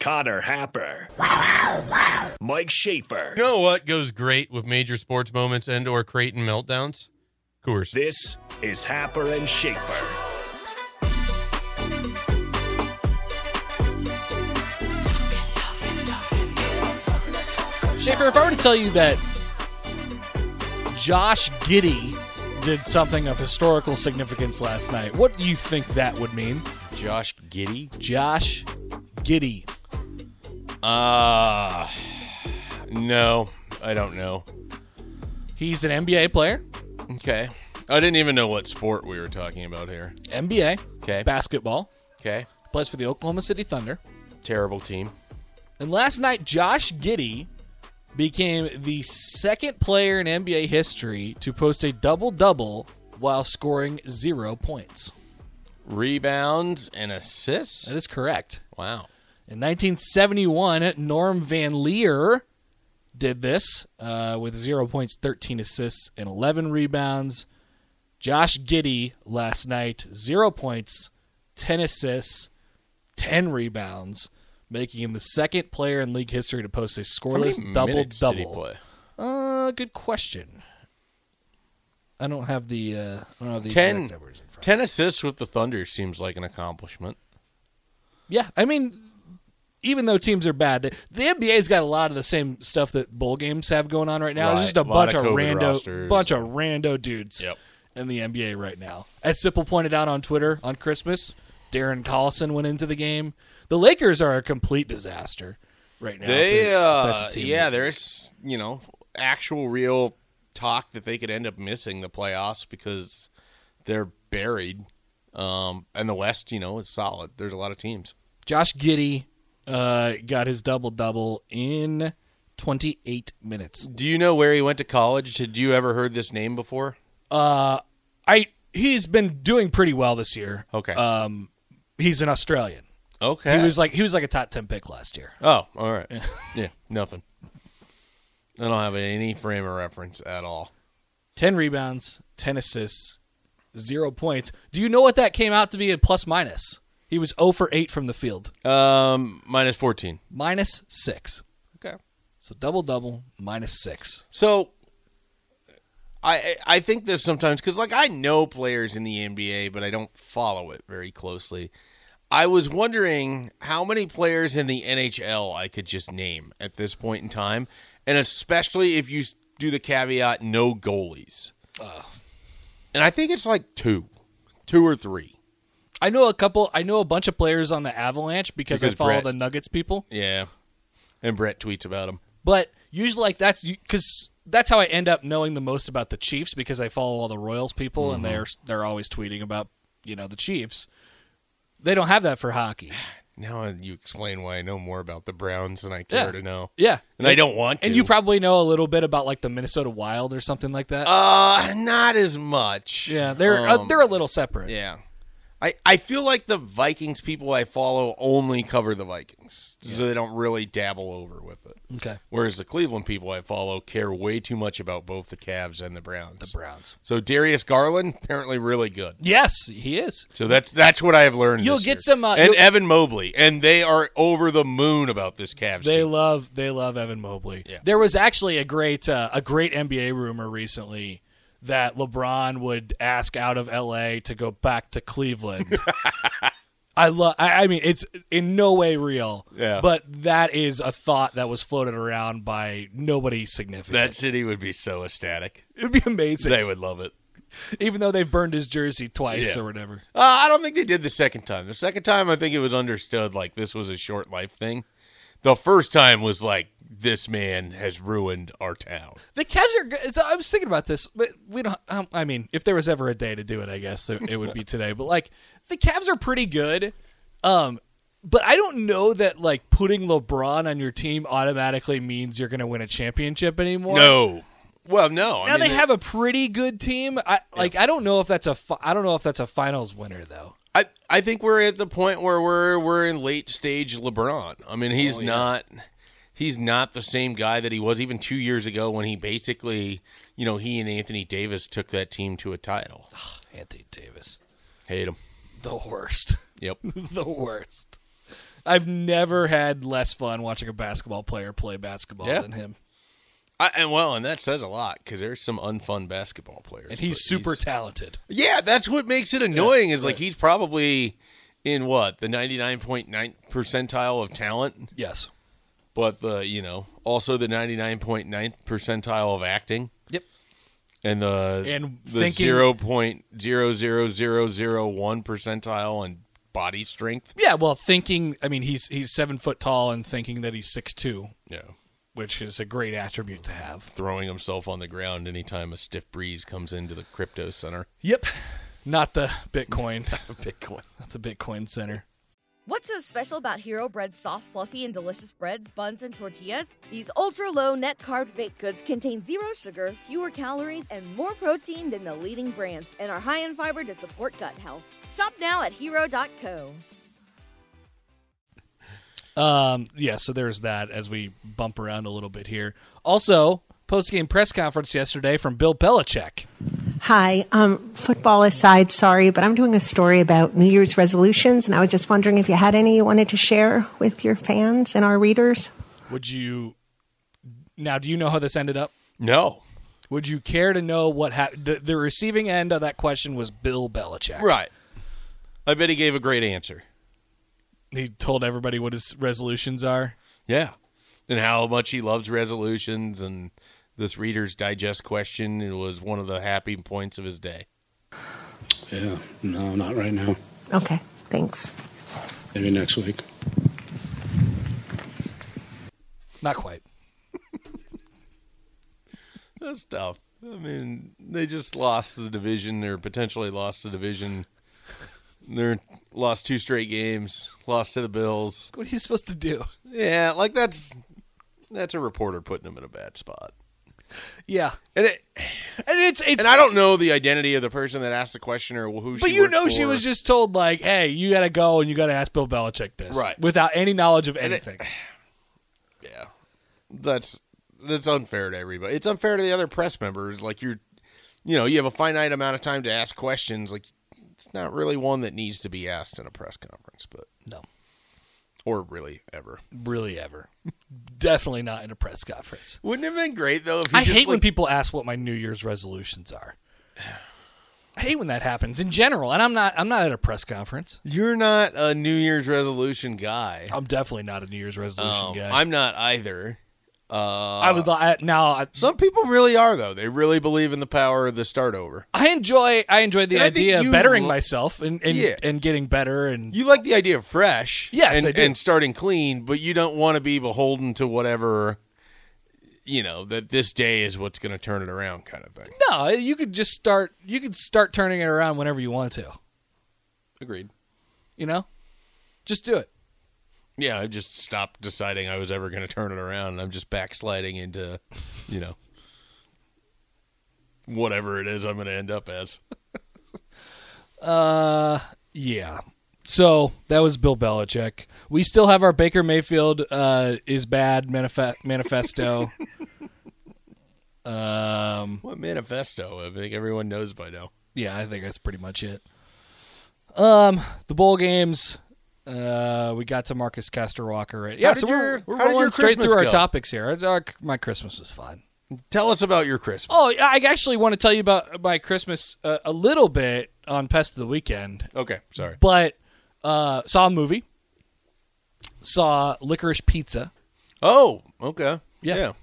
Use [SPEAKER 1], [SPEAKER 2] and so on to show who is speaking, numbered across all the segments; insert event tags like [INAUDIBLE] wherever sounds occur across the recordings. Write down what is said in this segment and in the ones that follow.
[SPEAKER 1] Connor Happer, Mike Schaefer.
[SPEAKER 2] You know what goes great with major sports moments and or Creighton meltdowns? Coors.
[SPEAKER 1] This is Happer and Schaefer.
[SPEAKER 3] Schaefer, if I were to tell you that Josh Giddy did something of historical significance last night, what do you think that would mean?
[SPEAKER 4] Josh Giddy.
[SPEAKER 3] Josh Giddy.
[SPEAKER 4] Uh no, I don't know.
[SPEAKER 3] He's an NBA player.
[SPEAKER 4] Okay. I didn't even know what sport we were talking about here.
[SPEAKER 3] NBA.
[SPEAKER 4] Okay.
[SPEAKER 3] Basketball.
[SPEAKER 4] Okay.
[SPEAKER 3] Plays for the Oklahoma City Thunder.
[SPEAKER 4] Terrible team.
[SPEAKER 3] And last night, Josh Giddy became the second player in NBA history to post a double double while scoring zero points.
[SPEAKER 4] Rebounds and assists.
[SPEAKER 3] That is correct.
[SPEAKER 4] wow.
[SPEAKER 3] In 1971, Norm Van Leer did this uh, with zero points, 13 assists, and 11 rebounds. Josh Giddy last night, zero points, 10 assists, 10 rebounds, making him the second player in league history to post a
[SPEAKER 4] How many
[SPEAKER 3] scoreless double
[SPEAKER 4] minutes did he
[SPEAKER 3] double.
[SPEAKER 4] play?
[SPEAKER 3] Uh, good question. I don't have the uh, I don't have the
[SPEAKER 4] Ten.
[SPEAKER 3] exact numbers in front.
[SPEAKER 4] Ten assists with the Thunder seems like an accomplishment.
[SPEAKER 3] Yeah, I mean, even though teams are bad, the, the NBA's got a lot of the same stuff that bowl games have going on right now. There's
[SPEAKER 4] Right,
[SPEAKER 3] just a
[SPEAKER 4] a lot
[SPEAKER 3] bunch
[SPEAKER 4] of
[SPEAKER 3] of,
[SPEAKER 4] COVID
[SPEAKER 3] rando,
[SPEAKER 4] rosters.
[SPEAKER 3] bunch of rando dudes
[SPEAKER 4] Yep.
[SPEAKER 3] in the NBA right now. As Sipple pointed out on Twitter on Christmas, Darren Collison went into the game. The Lakers are a complete disaster right now. if
[SPEAKER 4] They,
[SPEAKER 3] they- if
[SPEAKER 4] uh,
[SPEAKER 3] that's a team
[SPEAKER 4] yeah,
[SPEAKER 3] that-
[SPEAKER 4] there's you know actual real talk that they could end up missing the playoffs because they're buried. Um, and the West, you know, is solid. There's a lot of teams.
[SPEAKER 3] Josh Giddy uh, got his double double in 28 minutes.
[SPEAKER 4] Do you know where he went to college? Had you ever heard this name before?
[SPEAKER 3] I he's been doing pretty well this year.
[SPEAKER 4] Okay.
[SPEAKER 3] Um, he's an Australian.
[SPEAKER 4] Okay.
[SPEAKER 3] He was like he was like a top ten pick last year.
[SPEAKER 4] oh, all right. [LAUGHS] yeah, nothing. I don't have any frame of reference at all.
[SPEAKER 3] Ten rebounds, ten assists, zero points. Do you know what that came out to be at plus minus? He was 0 for 8 from the field.
[SPEAKER 4] Um, minus fourteen.
[SPEAKER 3] Minus six.
[SPEAKER 4] Okay.
[SPEAKER 3] So double double, minus six.
[SPEAKER 4] So I I I think this sometimes because like I know players in the NBA, but I don't follow it very closely. I was wondering how many players in the NHL I could just name at this point in time, and especially if you s- do the caveat no goalies. And I think it's like two, two or three.
[SPEAKER 3] I know a couple I know a bunch of players on the Avalanche because, I
[SPEAKER 4] Because
[SPEAKER 3] follow
[SPEAKER 4] Brett-
[SPEAKER 3] the Nuggets people.
[SPEAKER 4] Yeah, and Brett tweets about them.
[SPEAKER 3] But usually, like that's because that's how I end up knowing the most about the Chiefs because I follow all the Royals people and
[SPEAKER 4] Mm-hmm.
[SPEAKER 3] they're they're always tweeting about you know the Chiefs. They don't have that for hockey.
[SPEAKER 4] [SIGHS] Now you explain why I know more about the Browns than I care
[SPEAKER 3] Yeah,
[SPEAKER 4] to know.
[SPEAKER 3] Yeah,
[SPEAKER 4] And I don't want to.
[SPEAKER 3] And you probably know a little bit about like the Minnesota Wild or something like that.
[SPEAKER 4] Uh, not as much.
[SPEAKER 3] yeah, they're uh,
[SPEAKER 4] Um,
[SPEAKER 3] they're a little separate.
[SPEAKER 4] yeah. I I feel like the Vikings people I follow only cover the Vikings, so they don't really dabble over with it.
[SPEAKER 3] Okay,
[SPEAKER 4] Whereas the Cleveland people I follow care way too much about both the Cavs and the Browns.
[SPEAKER 3] the Browns.
[SPEAKER 4] so Darius Garland apparently really good.
[SPEAKER 3] Yes, he is.
[SPEAKER 4] So that's that's what I have learned.
[SPEAKER 3] You'll
[SPEAKER 4] this
[SPEAKER 3] get
[SPEAKER 4] year.
[SPEAKER 3] some, uh,
[SPEAKER 4] and
[SPEAKER 3] you'll-
[SPEAKER 4] Evan Mobley, and they are over the moon about this Cavs.
[SPEAKER 3] They
[SPEAKER 4] team.
[SPEAKER 3] love they love Evan Mobley.
[SPEAKER 4] Yeah.
[SPEAKER 3] There was actually a great uh, a great NBA rumor recently that LeBron would ask out of LA to go back
[SPEAKER 4] [LAUGHS]
[SPEAKER 3] to Cleveland. I love. I, I mean, it's in no way real.
[SPEAKER 4] Yeah.
[SPEAKER 3] But that is a thought that was floated around by nobody significant.
[SPEAKER 4] that city would be so ecstatic.
[SPEAKER 3] it would be amazing,
[SPEAKER 4] They would love it.
[SPEAKER 3] even though they've burned his jersey twice
[SPEAKER 4] Yeah.
[SPEAKER 3] or whatever.
[SPEAKER 4] Uh, I don't think they did the second time. The second time, I think it was understood like this was a short life thing. The first time was like this man has ruined our town.
[SPEAKER 3] The Cavs are. good. So I was thinking about this, but we don't. Um, I mean, if there was ever a day to do it, I guess it, it would be today. But like, the Cavs are pretty good. Um, but I don't know that like putting LeBron on your team automatically means you're going to win a championship anymore.
[SPEAKER 4] No, well, no. I
[SPEAKER 3] Now
[SPEAKER 4] mean,
[SPEAKER 3] they have a pretty good team. I like. I don't know if that's a. Fi- I don't know if that's a finals winner though.
[SPEAKER 4] I I think we're at the point where we're we're in late stage LeBron. I mean,
[SPEAKER 3] Oh,
[SPEAKER 4] he's not he's not the same guy that he was even two years ago when he basically you know he and Anthony Davis took that team to a
[SPEAKER 3] [SIGHS]
[SPEAKER 4] title.
[SPEAKER 3] Anthony Davis,
[SPEAKER 4] Hate him.
[SPEAKER 3] the worst, [LAUGHS]
[SPEAKER 4] Yep.
[SPEAKER 3] the worst. I've never had less fun watching a basketball player play basketball
[SPEAKER 4] Yeah.
[SPEAKER 3] than him.
[SPEAKER 4] I, and well, and that says a lot because there's some unfun basketball players.
[SPEAKER 3] And he's
[SPEAKER 4] but
[SPEAKER 3] super talented.
[SPEAKER 4] yeah, that's what makes it annoying. is like he's probably in what the 99.9 percentile of talent,
[SPEAKER 3] Yes.
[SPEAKER 4] but the you know also the 99.9 percentile of acting.
[SPEAKER 3] Yep.
[SPEAKER 4] And the
[SPEAKER 3] And
[SPEAKER 4] the
[SPEAKER 3] thinking-
[SPEAKER 4] zero point zero zero zero zero one percentile and body strength.
[SPEAKER 3] Yeah, well, thinking I mean he's he's seven foot tall and thinking that he's six two,
[SPEAKER 4] Yeah,
[SPEAKER 3] which is a great attribute to have.
[SPEAKER 4] throwing himself on the ground anytime a stiff breeze comes into the crypto center.
[SPEAKER 3] Yep. Not the [LAUGHS] Bitcoin. [LAUGHS]
[SPEAKER 4] Bitcoin.
[SPEAKER 3] not the Bitcoin Center.
[SPEAKER 5] What's so special about Hero Bread's soft, fluffy, and delicious breads, buns, and tortillas? These ultra low net carb baked goods contain zero sugar, fewer calories, and more protein than the leading brands, and are high in fiber to support gut health. Shop now at hero.co.
[SPEAKER 3] Um, yeah, so there's that as we bump around a little bit here. Also, post game press conference yesterday from Bill Belichick.
[SPEAKER 6] Hi, um, football aside, sorry, but I'm doing a story about New Year's resolutions, and I was just wondering if you had any you wanted to share with your fans and our readers.
[SPEAKER 3] Would you now? Do you know how this ended up?
[SPEAKER 4] No.
[SPEAKER 3] Would you care to know what happened? The, the receiving end of that question was Bill Belichick.
[SPEAKER 4] Right. I bet he gave a great answer.
[SPEAKER 3] He told everybody what his resolutions are.
[SPEAKER 4] Yeah. And how much he loves resolutions and this reader's digest question it was one of the happy points of his day.
[SPEAKER 7] Yeah, no, not right now.
[SPEAKER 6] Okay, thanks.
[SPEAKER 7] Maybe next week.
[SPEAKER 3] Not quite.
[SPEAKER 4] That's tough. I mean, they just lost the division or potentially lost the division. They're lost two straight games, lost to the Bills.
[SPEAKER 3] What are you supposed to do?
[SPEAKER 4] Yeah, like that's that's a reporter putting them in a bad spot.
[SPEAKER 3] Yeah,
[SPEAKER 4] And it,
[SPEAKER 3] and it's it's.
[SPEAKER 4] and I don't know the identity of the person that asked the question or who
[SPEAKER 3] but
[SPEAKER 4] she
[SPEAKER 3] you
[SPEAKER 4] worked
[SPEAKER 3] know, she
[SPEAKER 4] for.
[SPEAKER 3] was just told like, "Hey, you got to go and you got to ask Bill Belichick this,"
[SPEAKER 4] Right.
[SPEAKER 3] Without any knowledge of
[SPEAKER 4] it- [SIGHS]
[SPEAKER 3] anything.
[SPEAKER 4] Yeah, that's that's unfair to everybody. It's unfair to the other press members. Like you're, you know, you have a finite amount of time to ask questions. Like it's not really one that needs to be asked in a press conference, but
[SPEAKER 3] no,
[SPEAKER 4] or really ever.
[SPEAKER 3] really ever. Definitely not in a press conference.
[SPEAKER 4] Wouldn't it have been great though. If he
[SPEAKER 3] I
[SPEAKER 4] just,
[SPEAKER 3] hate when
[SPEAKER 4] like-
[SPEAKER 3] people ask what my New Year's resolutions are. I hate when that happens in general, and I'm not. I'm not at a press conference.
[SPEAKER 4] You're not a New Year's resolution guy.
[SPEAKER 3] I'm definitely not a New Year's resolution
[SPEAKER 4] Um,
[SPEAKER 3] guy.
[SPEAKER 4] I'm not either. Uh,
[SPEAKER 3] I would li- I, now. I,
[SPEAKER 4] some people really are though. They really believe in the power of the start over.
[SPEAKER 3] I enjoy. I enjoy the
[SPEAKER 4] And I think
[SPEAKER 3] idea of
[SPEAKER 4] you
[SPEAKER 3] bettering
[SPEAKER 4] lo-
[SPEAKER 3] myself and and,
[SPEAKER 4] Yeah.
[SPEAKER 3] and getting better and
[SPEAKER 4] You like the idea of fresh,
[SPEAKER 3] Yes,
[SPEAKER 4] and,
[SPEAKER 3] I do.
[SPEAKER 4] and starting clean, but you don't want to be beholden to whatever, you know, that this day is what's going to turn it around, kind of thing.
[SPEAKER 3] no, you could just start. You could start turning it around whenever you want to.
[SPEAKER 4] Agreed.
[SPEAKER 3] You know, just do it.
[SPEAKER 4] Yeah, I just stopped deciding I was ever going to turn it around, and I'm just backsliding into, you know, whatever it is I'm going to end up as.
[SPEAKER 3] Yeah. So that was Bill Belichick. We still have our Baker Mayfield uh, is bad
[SPEAKER 4] [LAUGHS]
[SPEAKER 3] manifest- manifesto. um.
[SPEAKER 4] [LAUGHS] What manifesto? I think everyone knows by now.
[SPEAKER 3] yeah, I think that's pretty much it. Um, the bowl games. Uh, we got to Marcus Castor Walker. Right? Yeah,
[SPEAKER 4] did
[SPEAKER 3] so we're,
[SPEAKER 4] your-
[SPEAKER 3] we're
[SPEAKER 4] how did
[SPEAKER 3] rolling
[SPEAKER 4] your
[SPEAKER 3] straight
[SPEAKER 4] Christmas
[SPEAKER 3] through our
[SPEAKER 4] go?
[SPEAKER 3] topics here. Our- my Christmas was fine.
[SPEAKER 4] Tell us about your Christmas.
[SPEAKER 3] Oh, I actually want to tell you about my Christmas uh, a little bit on Pest of the Weekend,
[SPEAKER 4] Okay, sorry.
[SPEAKER 3] but uh, saw a movie, saw Licorice Pizza.
[SPEAKER 4] Oh, okay.
[SPEAKER 3] Yeah.
[SPEAKER 4] yeah.
[SPEAKER 3] It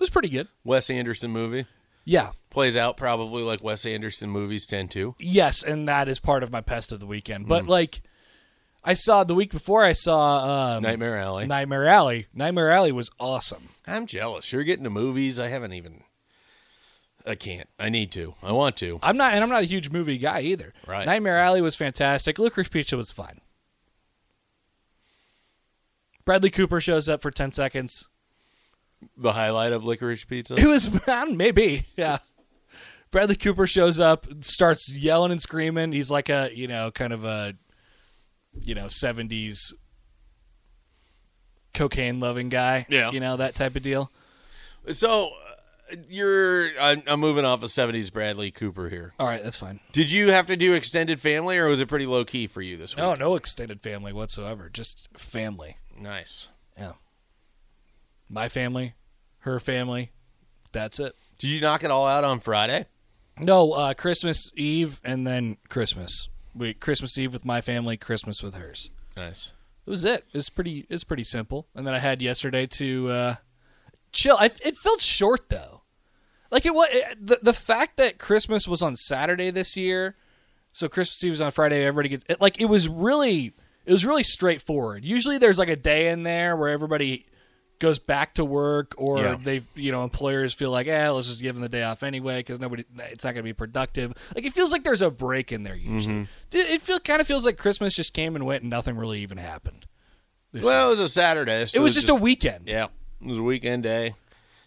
[SPEAKER 3] was pretty good.
[SPEAKER 4] Wes Anderson movie.
[SPEAKER 3] Yeah.
[SPEAKER 4] plays out probably like Wes Anderson movies tend to.
[SPEAKER 3] Yes, and that is part of my Pest of the Weekend. But like, I saw the week before I saw um,
[SPEAKER 4] Nightmare Alley.
[SPEAKER 3] Nightmare Alley. Nightmare Alley was awesome.
[SPEAKER 4] I'm jealous. You're getting to movies. I haven't even. I can't. I need to. I want to.
[SPEAKER 3] I'm not, and I'm not a huge movie guy either.
[SPEAKER 4] Right.
[SPEAKER 3] Nightmare Alley was fantastic. Licorice Pizza was fine. Bradley Cooper shows up for ten seconds.
[SPEAKER 4] The highlight of Licorice Pizza.
[SPEAKER 3] [LAUGHS] It was maybe yeah. Bradley Cooper shows up, starts yelling and screaming. He's like a you know kind of a you know seventies cocaine loving guy.
[SPEAKER 4] Yeah.
[SPEAKER 3] you know that type of deal.
[SPEAKER 4] So, uh, you're. I'm, I'm moving off of '70s Bradley Cooper here.
[SPEAKER 3] All right, that's fine.
[SPEAKER 4] Did you have to do extended family, or was it pretty low key for you this week?
[SPEAKER 3] No, Oh, no extended family whatsoever. Just family.
[SPEAKER 4] Nice.
[SPEAKER 3] Yeah. My family, her family. That's it.
[SPEAKER 4] Did you knock it all out on Friday?
[SPEAKER 3] No, uh, Christmas Eve and then Christmas. We Christmas Eve with my family, Christmas with hers.
[SPEAKER 4] Nice.
[SPEAKER 3] It was it. It's pretty. It's pretty simple. And then I had yesterday to uh, chill. I, it felt short though. Like it was the the fact that Christmas was on Saturday this year, so Christmas Eve was on Friday. Everybody gets it, like it was really it was really straightforward. Usually there's like a day in there where everybody goes back to work or
[SPEAKER 4] Yeah.
[SPEAKER 3] they you know employers feel like eh let's just give them the day off anyway because nobody it's not going to be productive like it feels like there's a break in there usually It- it feel kind of feels like christmas just came and went and nothing really even happened this
[SPEAKER 4] Well,
[SPEAKER 3] year.
[SPEAKER 4] it was a Saturday. so
[SPEAKER 3] it was just a weekend
[SPEAKER 4] Yeah, it was a weekend day.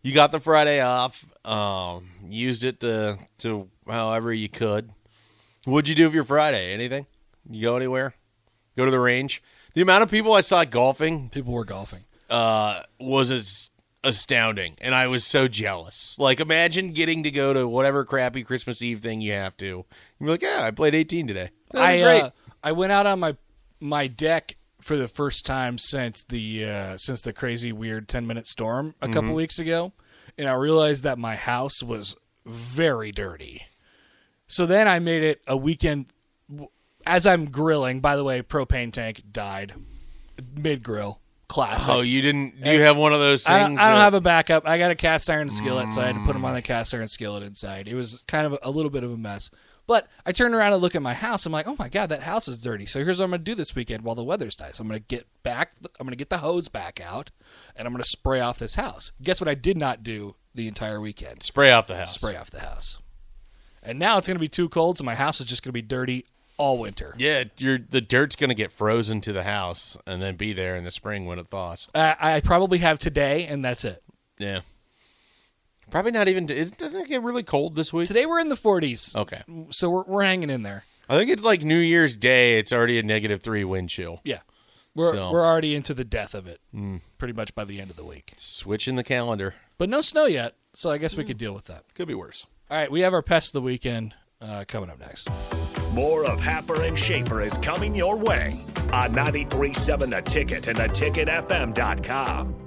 [SPEAKER 4] You got the Friday off. Um, used it to to however you could. What'd you do with your Friday? Anything? You go anywhere? Go to the range? The amount of people I saw golfing
[SPEAKER 3] people were golfing
[SPEAKER 4] uh, was as- astounding, and I was so jealous. Like, imagine getting to go to whatever crappy Christmas Eve thing you have to. You're like, yeah, I played 18 today. That was
[SPEAKER 3] i
[SPEAKER 4] great.
[SPEAKER 3] uh, i went out on my my deck for the first time since the uh since the crazy weird 10 minute storm a
[SPEAKER 4] Mm-hmm.
[SPEAKER 3] couple weeks ago and i realized that my house was very dirty So then I made it a weekend. As I'm grilling, by the way, propane tank died mid grill. Classic.
[SPEAKER 4] oh, you didn't? Do you have one of those things?
[SPEAKER 3] I don't, I
[SPEAKER 4] that- Mm.
[SPEAKER 3] don't have a backup. I got a cast iron skillet, so I had to put them on the cast iron skillet inside. It was kind of a, a little bit of a mess. But I turned around and look at my house. I'm like, oh my god, that house is dirty. So here's what I'm gonna do this weekend while the weather's nice. I'm gonna get back. I'm gonna get the hose back out, and I'm gonna spray off this house. Guess what? I did not do the entire weekend
[SPEAKER 4] spray off the house.
[SPEAKER 3] spray off the house. And now it's going to be too cold, so my house is just going to be dirty all winter.
[SPEAKER 4] Yeah, you're, the dirt's going to get frozen to the house and then be there in the spring when it thaws.
[SPEAKER 3] I, I probably have today, and that's it.
[SPEAKER 4] Yeah. Probably not even. Is, doesn't it get really cold this week?
[SPEAKER 3] Today we're in the 40s,
[SPEAKER 4] Okay.
[SPEAKER 3] so we're, we're hanging in there.
[SPEAKER 4] I think it's like New Year's Day. It's already a negative three wind chill.
[SPEAKER 3] Yeah. We're,
[SPEAKER 4] So-
[SPEAKER 3] we're already into the death of it pretty much by the end of the week.
[SPEAKER 4] Switching the calendar
[SPEAKER 3] But no snow yet, so I guess we could deal with that.
[SPEAKER 4] could be worse.
[SPEAKER 3] All right, we have our pest of the weekend uh, coming up next.
[SPEAKER 1] More of Happer and Shaper is coming your way on 937 The Ticket and theticketfm.com.